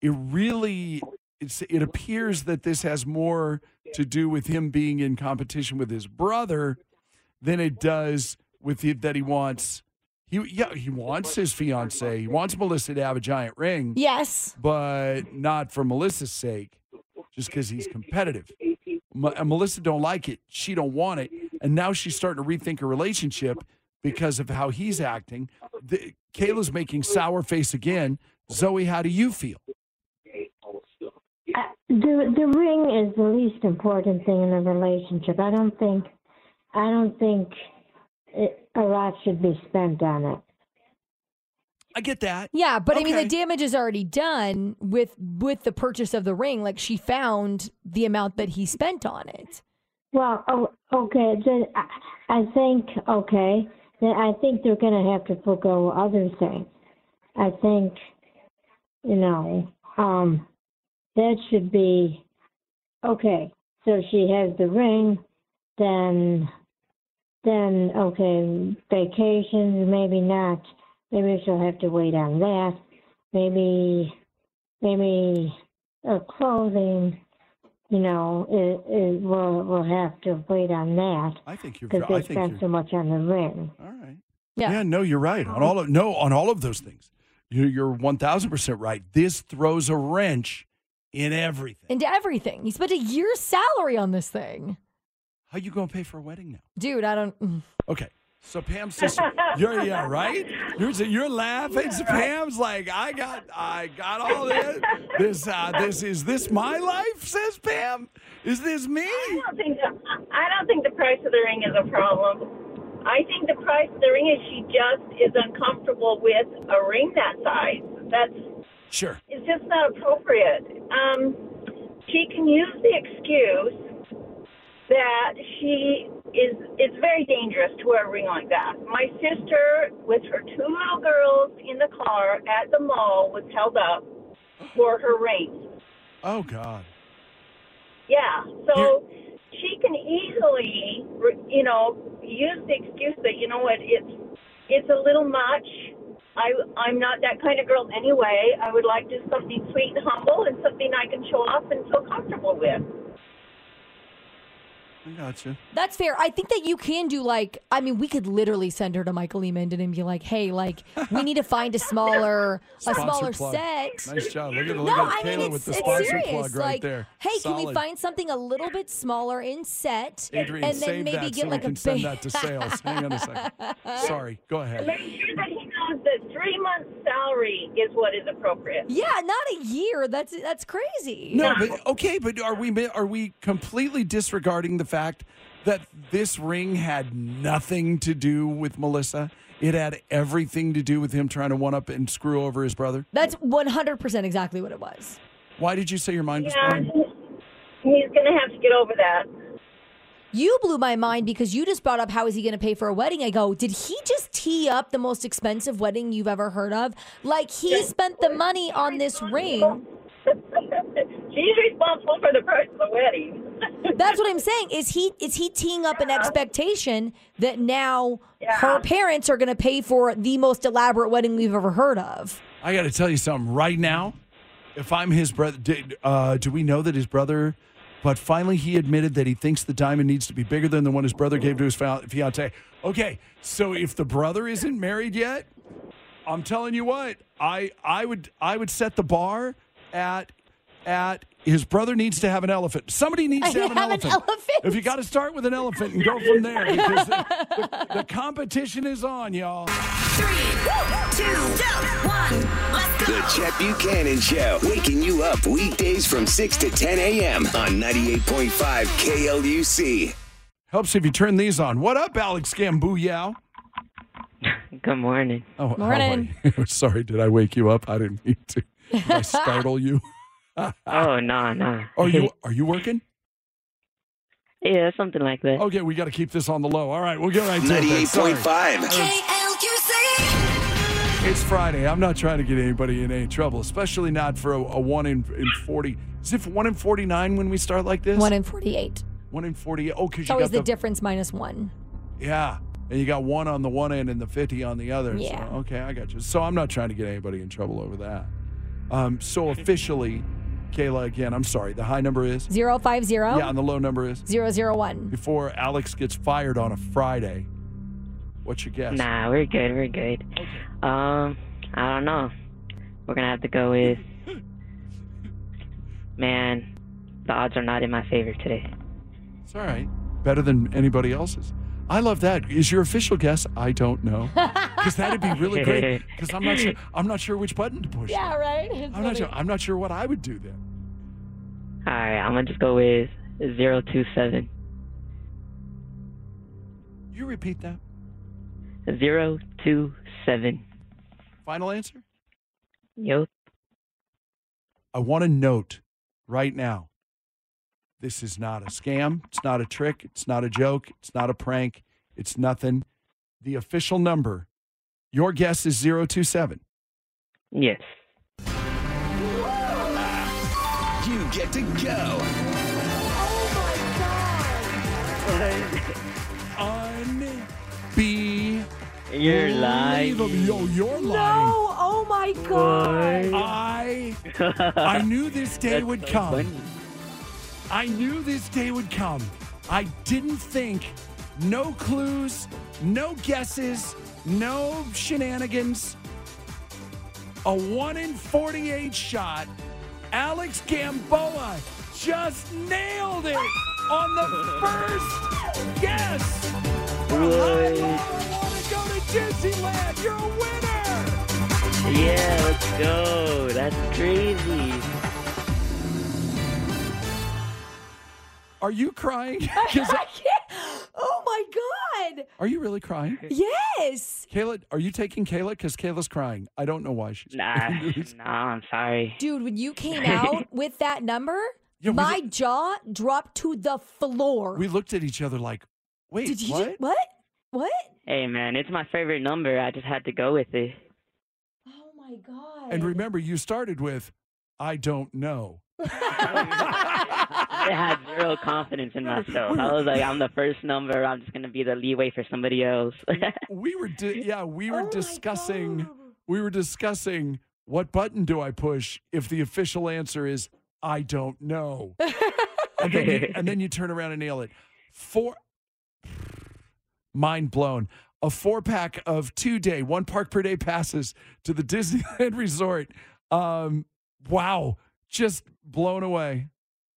it really it's, it appears that this has more to do with him being in competition with his brother than it does with the, that he wants. He yeah, he wants his fiance. He wants Melissa to have a giant ring
Yes.
but not for Melissa's sake, just because he's competitive. M- and Melissa don't like it. She don't want it, and now she's starting to rethink her relationship because of how he's acting. The, Kayla's making sour face again. Zoe, how do you feel?
Uh, the the ring is the least important thing in a relationship. I don't think I don't think it, a lot should be spent on it.
I get that.
Yeah, but I mean, the
Okay.
damage is already done with with the purchase of the ring. Like she found the amount that he spent on it.
Well, oh, okay, then I, I think okay, then I think they're gonna have to forego other things. I think you know um, that should be okay. So she has the ring, then then okay, vacations maybe not. Maybe she'll have to wait on that. Maybe maybe uh, clothing you know, it, it, we'll, we'll have to wait on that.
I think you're-
Because
I
they
think
spent
you're-
so much on the ring.
All right. Yeah. no, you're right on
Oh.
all of no on all of those things. You're, you're one thousand percent right. This throws a wrench in everything.
Into everything. He spent a year's salary on this thing.
How you gonna pay for a wedding now?
Dude, I don't. mm.
Okay. So Pam's sister, you're yeah, right. You're so you're laughing. So Pam's like, I got, I got all this. This, uh, this is this my life? Says Pam. Is this me?
I don't think the, I don't think the price of the ring is a problem. I think the price of the ring is she just is uncomfortable with a ring that size. That's
Sure.
it's just not appropriate. Um, she can use the excuse that she is it's very dangerous to wear a ring like that. My sister with her two little girls in the car at the mall was held up for her ring.
Oh God.
Yeah, so she can easily, you know, use the excuse that you know what it's it's a little much. I I'm not that kind of girl anyway. I would like just something sweet and humble and something I can show off and feel comfortable with.
I gotcha.
That's fair. I think that you can do like I mean, we could literally send her to Michael E. Menden and be like, "Hey, like we need to find a smaller, a
Sponsor
smaller
plug.
set."
Nice job. Look at
no,
look at
I mean
Kayla
it's,
with the
it's
sponsor
serious.
plug right
like,
there.
hey, can we
Solid.
find something a little bit smaller in set,
Adrian,
and then
save
maybe
that
get
so
like
we can
a
send
big-
that to sales. Hang on a second. Sorry. Go
And
ahead.
make sure that he knows that three months' salary is what is appropriate.
Yeah, not a year. That's that's crazy.
No, but okay, but are we mi- are we completely disregarding the fact that this ring had nothing to do with Melissa? It had everything to do with him trying to one up and screw over his brother.
that's one hundred percent exactly what it was.
Why did you say your mind was
Yeah.
blown?
He's gonna have to get over that.
You blew my mind because you just brought up how is he going to pay for a wedding? I go, did he just tee up the most expensive wedding you've ever heard of? Like he spent the money on this ring.
She's responsible for the price of the wedding.
That's what I'm saying. Is he is he teeing up an expectation that now her parents are going to pay for the most elaborate wedding we've ever heard of?
I got to tell you something right now. If I'm his brother, did, uh, do we know that his brother? But finally, he admitted that he thinks the diamond needs to be bigger than the one his brother gave to his fia- fiance. Okay, so if the brother isn't married yet, I'm telling you what, I I would I would set the bar at at his brother needs to have an elephant. Somebody needs to have an,
Have an
elephant.
elephant.
If you got to start with an elephant and go from there, because the, the- the competition is on, y'all.
The Chet Buchanan Show, waking you up weekdays from 6 to 10 a.m. on 98.5 KLUC.
Helps if you turn these on. What up, Alex Gambuyow?
Good morning.
Oh,
Morning.
oh, I- sorry, did I wake you up? I didn't mean to. Did I startle you?
oh no, no.
Are you are you working?
Yeah, something like that.
Okay, we got to keep this on the low. All right, we'll get right to it. then. Sorry.
98.5.
It's Friday. I'm not trying to get anybody in any trouble, especially not for a, a one in, in forty. Is it one in forty nine when we start like this?
One in forty-eight.
one in forty. Oh, because
It's
you
always
got
the,
the,
difference minus one.
yeah, and you got one on the one end and the fifty on the other. So,
Yeah.
okay, I got you. So I'm not trying to get anybody in trouble over that. Um, so officially, Kayla, again, I'm sorry. The high number is
Zero five zero.
Yeah, and the low number is
Zero zero one.
before Alex gets fired on a Friday. What's your guess?
Nah, we're good. We're good. Um, I don't know. We're gonna have to go with. Man, the odds are not in my favor today.
It's all right. Better than anybody else's. I love that. Is your official guess? I don't know. Because that'd be really great. Because I'm not sure. I'm not sure which button to push.
Yeah, right.
I'm not sure. I'm not sure what I would do then.
All right, I'm gonna just go with zero two seven.
You repeat that.
Zero two seven.
Final answer.
Yep.
I want to note right now. This is not a scam. It's not a trick. It's not a joke. It's not a prank. It's nothing. The official number. Your guess is 027.
Yes.
You get to go.
Oh
Be
You're lying.
Unbelievable. Yo, you're
No!
lying.
Oh my
What?
god!
I I knew this day
That's
would
so
come.
funny.
I knew this day would come. I didn't think. No clues, no guesses, no shenanigans. A 1 in 48 shot. Alex Gamboa just nailed it on the first guess. From High Low, wanna go to Disneyland. You're a winner.
Yeah, let's go. That's crazy.
Are you crying? 'Cause
I
I-
can't. Oh my god!
are you really crying?
Yes.
Kayla, are you taking Kayla? Because Kayla's crying. I don't know why she's
Nah, Ah, nah, I'm sorry.
Dude, when you came out with that number,
Yeah, we
my jaw dropped to the floor.
We looked at each other like, Wait,
Did you what? what? What?
Hey, man, it's my favorite number. I just had to go with it.
Oh my god.
And remember, you started with, I don't know.
I had zero confidence in myself. I was like, I'm the first number. I'm just gonna be the leeway for somebody else.
We were, di- yeah, we
Oh
were discussing, we were discussing what button do I push if the official answer is, I don't know. and, then you, and then you turn around and nail it. Four, mind blown. A four pack of two day, one park per day passes to the Disneyland Resort. Um, wow, just blown away.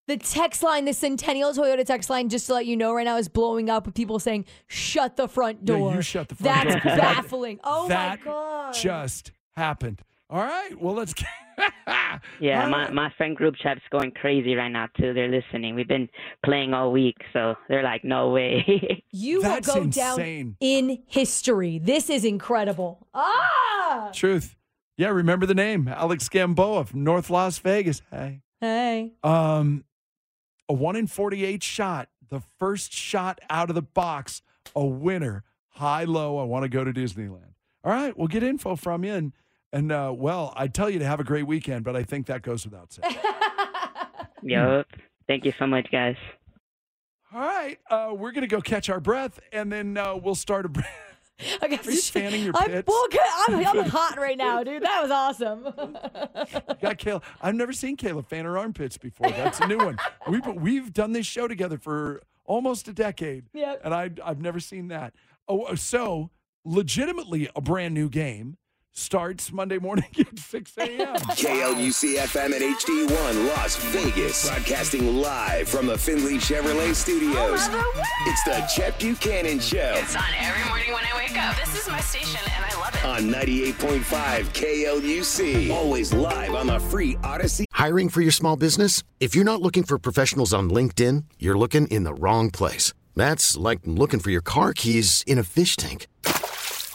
The text line, the Centennial Toyota text line, just to let you know right now, is blowing up with people saying, shut the front
Yeah, you
door.
shut the front
That's
door. That-
baffling. Oh
that
my God.
just happened. All right, well let's. get-
yeah, my my friend group chat's going crazy right now too. They're listening. We've been playing all week, so they're like, no way.
you will go down in history. This is incredible. Ah!
Truth. Yeah, remember the name Alex Gamboa from North Las Vegas. Hey.
Hey.
Um, a one in 48 shot, the first shot out of the box, a winner. High low, I want to go to Disneyland. All right, we'll get info from you. And, and uh, well, I tell you to have a great weekend, but I think that goes without saying.
Yup. Thank you so much, guys.
All right, uh, we're going to go catch our breath and then uh, we'll start a break.
I got
Are you fanning your
I'm,
pits?
well, good. I'm, I'm hot right now, dude. That was awesome.
Got Kayla. I've never seen Kayla fan her armpits before. That's a new one. We've we've done this show together for almost a decade.
Yep.
And I I've never seen that. Oh, so legitimately a brand new game starts Monday morning at six a.m.
KLUC FM at HD1 Las Vegas. Broadcasting live from the Findlay Chevrolet Studios.
Oh,
It's the Chet Buchanan Show
It's on every morning when I wake up. This is my station, and I love it.
on 98.5 KLUC. Always live on the free Odyssey.
Hiring for your small business? If you're not looking for professionals on LinkedIn, you're looking in the wrong place. That's like looking for your car keys in a fish tank.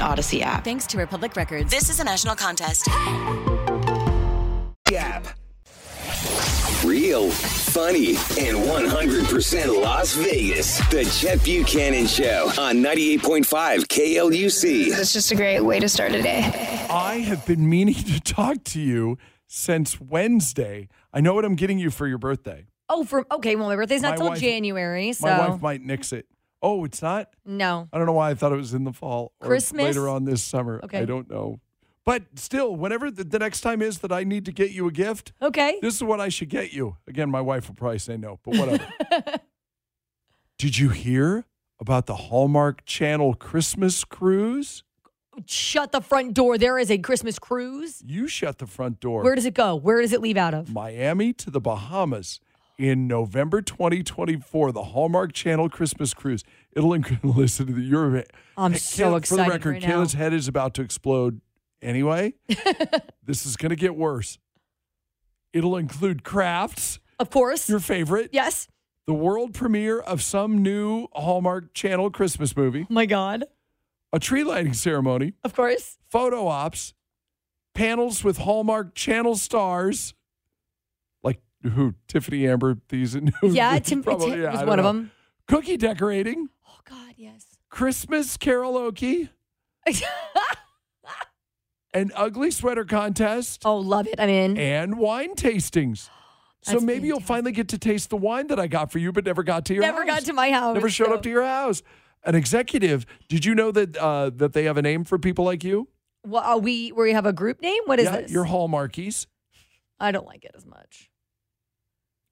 Odyssey app.
Thanks to Republic Records. This is a national contest.
Gap. Real, funny, and 100% Las Vegas. The Chet Buchanan Show on 98.5 KLUC.
That's just a great way to start a day.
I have been meaning to talk to you since Wednesday. I know what I'm getting you for your birthday.
Oh, from okay. Well, my birthday's not
My
till
wife-
January, so
My wife might nix it. Oh, it's not.
no.
I don't know why I thought it was in the fall or
Christmas?
later on this summer.
Okay.
I don't know. But still, whenever the, the next time is that I need to get you a gift,
okay,
this is what I should get you. Again, my wife will probably say no, but whatever. Did you hear about the Hallmark Channel Christmas cruise?
Shut the front door. There is a Christmas cruise.
You shut the front door.
Where does it go? Where does it leave out of?
Miami to the Bahamas in November 2024, the Hallmark Channel Christmas cruise. It'll include listen to the Euro.
I'm
Hey,
so
For the
excited
record,
right now.
Kayla's head is about to explode anyway. this is going to get worse. It'll include crafts.
Of course.
Your favorite.
Yes.
The world premiere of some new Hallmark Channel Christmas movie.
Oh my God.
A tree lighting ceremony.
Of course.
Photo ops. Panels with Hallmark Channel stars. Like who? Tiffany Amber, these and who?
Yeah, Tim- Tim was one of them.
Cookie decorating.
Oh God, yes.
Christmas karaoke. An ugly sweater contest.
Oh, love it. I'm in.
And wine tastings. So maybe you'll finally get to taste the wine that I got for you, but never got to your
Never
house.
got to my house,
Never showed up to your house. An executive. Did you know that uh, that they have a name for people like you?
What are we? Where we have a group name? What is
yeah,
this?
Your hallmarkies.
I don't like it as much.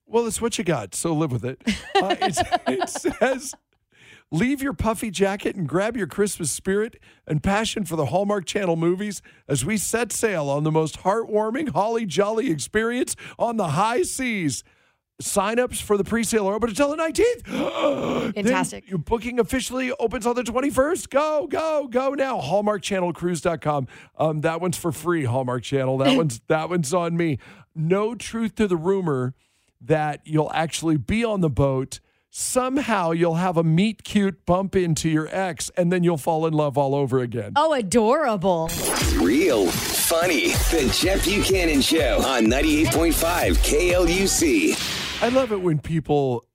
Well, it's what you got, so live with it. Uh, it's- it says, leave your puffy jacket and grab your Christmas spirit and passion for the Hallmark Channel movies as we set sail on the most heartwarming, holly jolly experience on the high seas. Sign-ups for the pre-sale are open until the 19th. Then
Fantastic.
your booking officially opens on the 21st. Go, go, go now. HallmarkChannelCruise.com. Um, that one's for free, Hallmark Channel. That one's that one's on me. No truth to the rumor that you'll actually be on the boat. Somehow you'll have a meet cute bump into your ex, and then you'll fall in love all over again.
Oh, adorable.
Real funny. The Jeff Buchanan Show on 98.5 KLUC.
I love it when people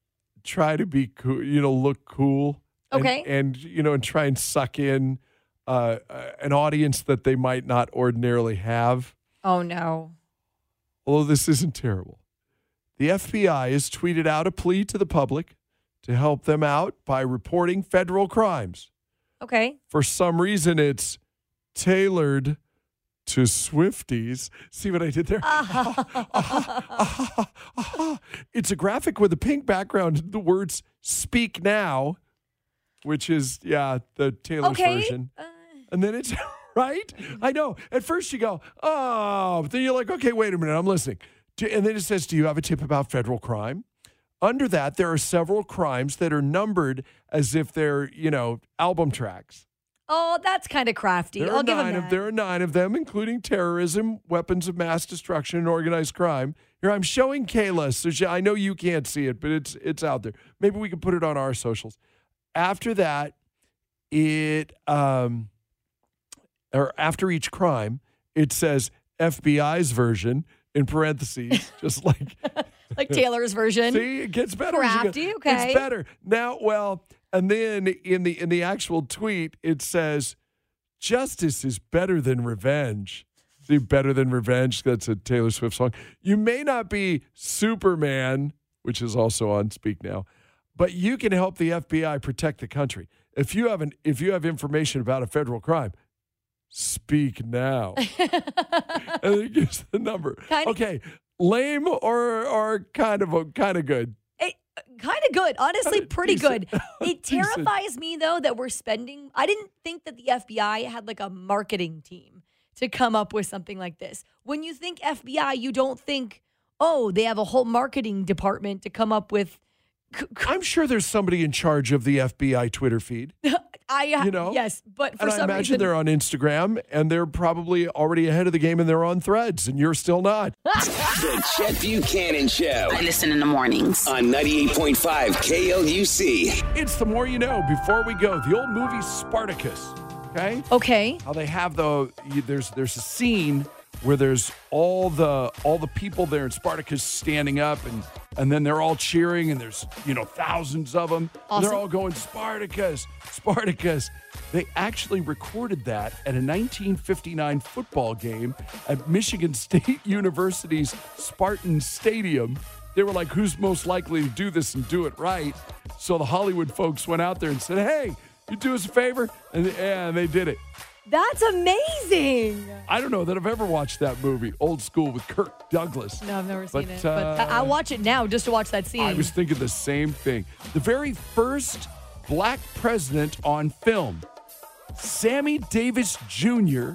try to be cool, you know, look cool. and-
Okay.
And, you know, and try and suck in uh, uh, an audience that they might not ordinarily have.
Oh no.
Although this isn't terrible. The FBI has tweeted out a plea to the public to help them out by reporting federal crimes.
Okay.
For some reason, it's tailored to Swifties. See what I did there? it's a graphic with a pink background. The words "Speak Now," which is yeah the Taylor's
Okay,
version,
Uh,
and then it's right. I know. At first you go, oh, but then you're like, okay, wait a minute, I'm listening. Do- And then it says, do you have a tip about federal crime? Under that, there are several crimes that are numbered as if they're you know album tracks.
Oh, that's kind of crafty.
There
I'll
are
give him
nine
that.
of there are nine of them, including terrorism, weapons of mass destruction, and organized crime. Here I'm showing Kayla, so she, I know you can't see it, but it's it's out there. Maybe we can put it on our socials. After that, it um, or after each crime, it says FBI's version in parentheses, just like
Like Taylor's version.
See, it gets better. as you go.
Crafty, okay.
It's better. Now, well, and then in the in the actual tweet, it says justice is better than revenge. See, better than revenge. That's a Taylor Swift song. You may not be Superman, which is also on Speak Now, but you can help the FBI protect the country. If you have an, if you have information about a federal crime, speak now. and it gives the number. okay, lame or or kind of a, kind of good.
Kind of good. Honestly, pretty
decent.
good. It
Decent.
terrifies me though that we're spending I didn't think that the FBI had like a marketing team to come up with something like this. When you think FBI, you don't think, "Oh, they have a whole marketing department to come up with
I'm sure there's somebody in charge of the FBI Twitter feed.
I uh,
You know?
yes, but for
and I
some
imagine
reason
they're on Instagram and they're probably already ahead of the game and they're on threads and you're still not.
The Jeff Buchanan Show.
I
listen in the mornings. On 98.5 KLUC.
It's the more you know. Before we go, the old movie Spartacus. Okay.
Okay.
How they have the you- there's there's a scene where there's all the all the people there in Spartacus standing up and and then they're all cheering and there's you know thousands of them. And
Awesome.
they're all going Spartacus, Spartacus. They actually recorded that at a 1959 football game at Michigan State University's Spartan Stadium. They were like, who's most likely to do this and do it right? So the Hollywood folks went out there and said, hey, you do us a favor? And, and they did it.
That's amazing.
I don't know that I've ever watched that movie, Old School with Kirk Douglas.
No, I've never seen
But,
it. But I, I
uh,
watch it now just to watch that scene.
I was thinking the same thing. The very first black president on film, Sammy Davis Jr.,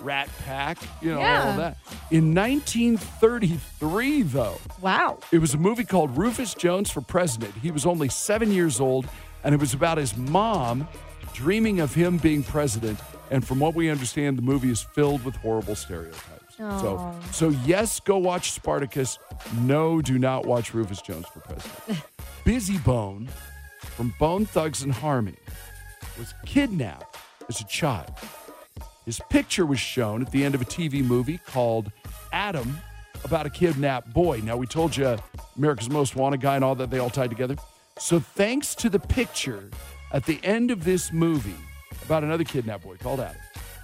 Rat Pack, you know,
Yeah.
all that. In 1933, though.
Wow.
It was a movie called Rufus Jones for President. He was only seven years old, and it was about his mom dreaming of him being president. And from what we understand, the movie is filled with horrible stereotypes. So,
Oh.
so yes, go watch Spartacus. No, do not watch Rufus Jones for president. Busy Bone from Bone Thugs and Harmony was kidnapped as a child. His picture was shown at the end of a TV movie called Adam about a kidnapped boy. Now, we told you America's Most Wanted Guy and all that, they all tied together. So, thanks to the picture at the end of this movie about another kidnapped boy called Adam,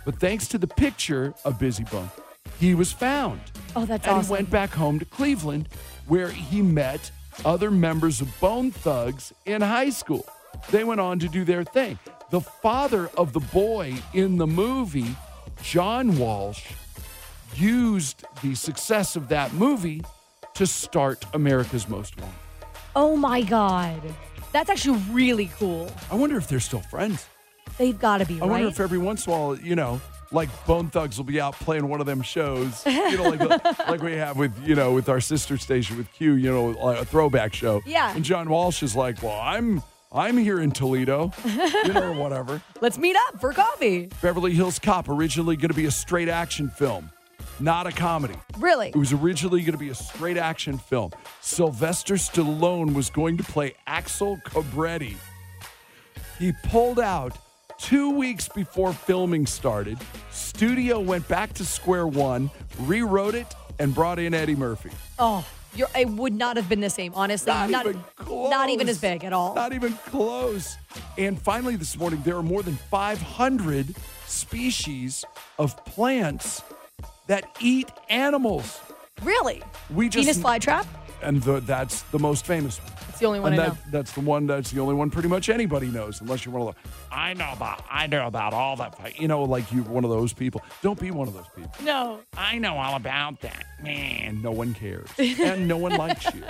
but thanks to the picture of Busy Bone, he was found.
Oh, that's
and
awesome.
he went back home to Cleveland where he met other members of Bone Thugs in high school. They went on to do their thing. The father of the boy in the movie, John Walsh, used the success of that movie to start America's Most Wanted.
Oh my God. That's actually really cool.
I wonder if they're still friends.
They've got to be,
I
right?
wonder if every once in a while, you know, like Bone Thugs will be out playing one of them shows, you know, like, the- like we have with you know with our sister station with Q, you know, like a throwback show.
Yeah.
And John Walsh is like, well, I'm I'm here in Toledo, you know, or whatever.
Let's meet up for coffee.
Beverly Hills Cop originally going to be a straight action film, not a comedy.
Really?
It was originally going to be a straight action film. Sylvester Stallone was going to play Axel Cabretti. He pulled out two weeks before filming started. Studio went back to square one, rewrote it, and brought in Eddie Murphy.
Oh, you're, it would not have been the same, honestly.
Not even
not even
close.
as big at all.
Not even close. And finally, this morning, there are more than 500 species of plants that eat animals.
really?
We just
Venus flytrap?
and the, that's the most famous one.
It's the only one
and
I
that,
know.
that's the one. That's the only one. Pretty much anybody knows, unless you're one of the. I know about. I know about all that. You know, like you're one of those people. Don't be one of those people.
No.
I know all about that. Man, no one cares, and no one likes you.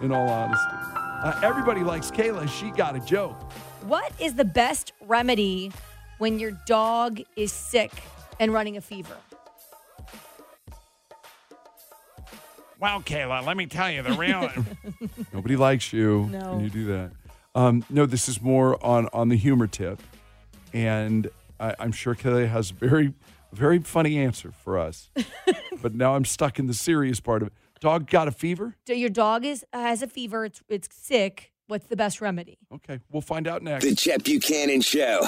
In all honesty, uh, everybody likes Kayla. She got a joke.
What is the best remedy when your dog is sick and running a fever?
Well, Kayla, let me tell you the real. Nobody likes you
No.
when you do that. Um, no, this is more on on the humor tip, and I, I'm sure Kelly has a very very funny answer for us. but now I'm stuck in the serious part of it. Dog got a fever.
So your dog is has a fever, it's it's sick. What's the best remedy?
Okay, we'll find out next.
The Chet Buchanan Show.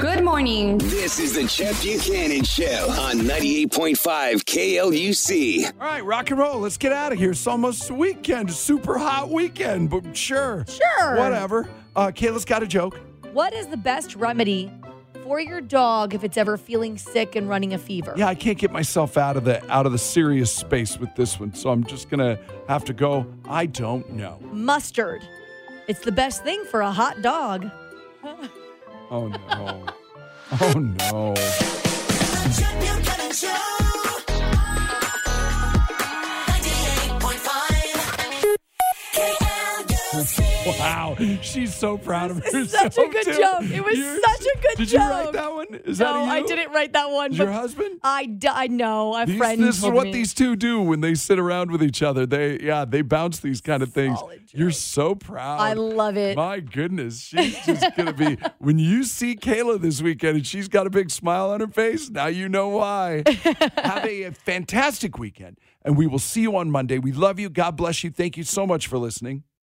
Good morning.
This is the Chet Buchanan Show on 98.5 KLUC.
All right, rock and roll. Let's get out of here. It's almost the weekend. Super hot weekend, but sure,
Sure.
whatever. Uh, Kayla's got a joke.
What is the best remedy for your dog if it's ever feeling sick and running a fever?
Yeah, I can't get myself out of the out of the serious space with this one, so I'm just gonna have to go. I don't know.
Mustard. It's the best thing for a hot dog.
Oh no. oh no. Wow, she's so proud of herself.
Such a good
too.
joke. It was
You're-
such a good joke.
Did you write that one? Is
no,
that you?
I didn't write that one.
Is your
but
husband?
I, d- I know. A
These-
friend.
this is
told
what
me.
these two do when they sit around with each other. They yeah, they bounce these kind of things. You're so proud.
I love it.
My goodness, she's just gonna be. When you see Kayla this weekend and she's got a big smile on her face, now you know why. Have a fantastic weekend, and we will see you on Monday. We love you. God bless you. Thank you so much for listening.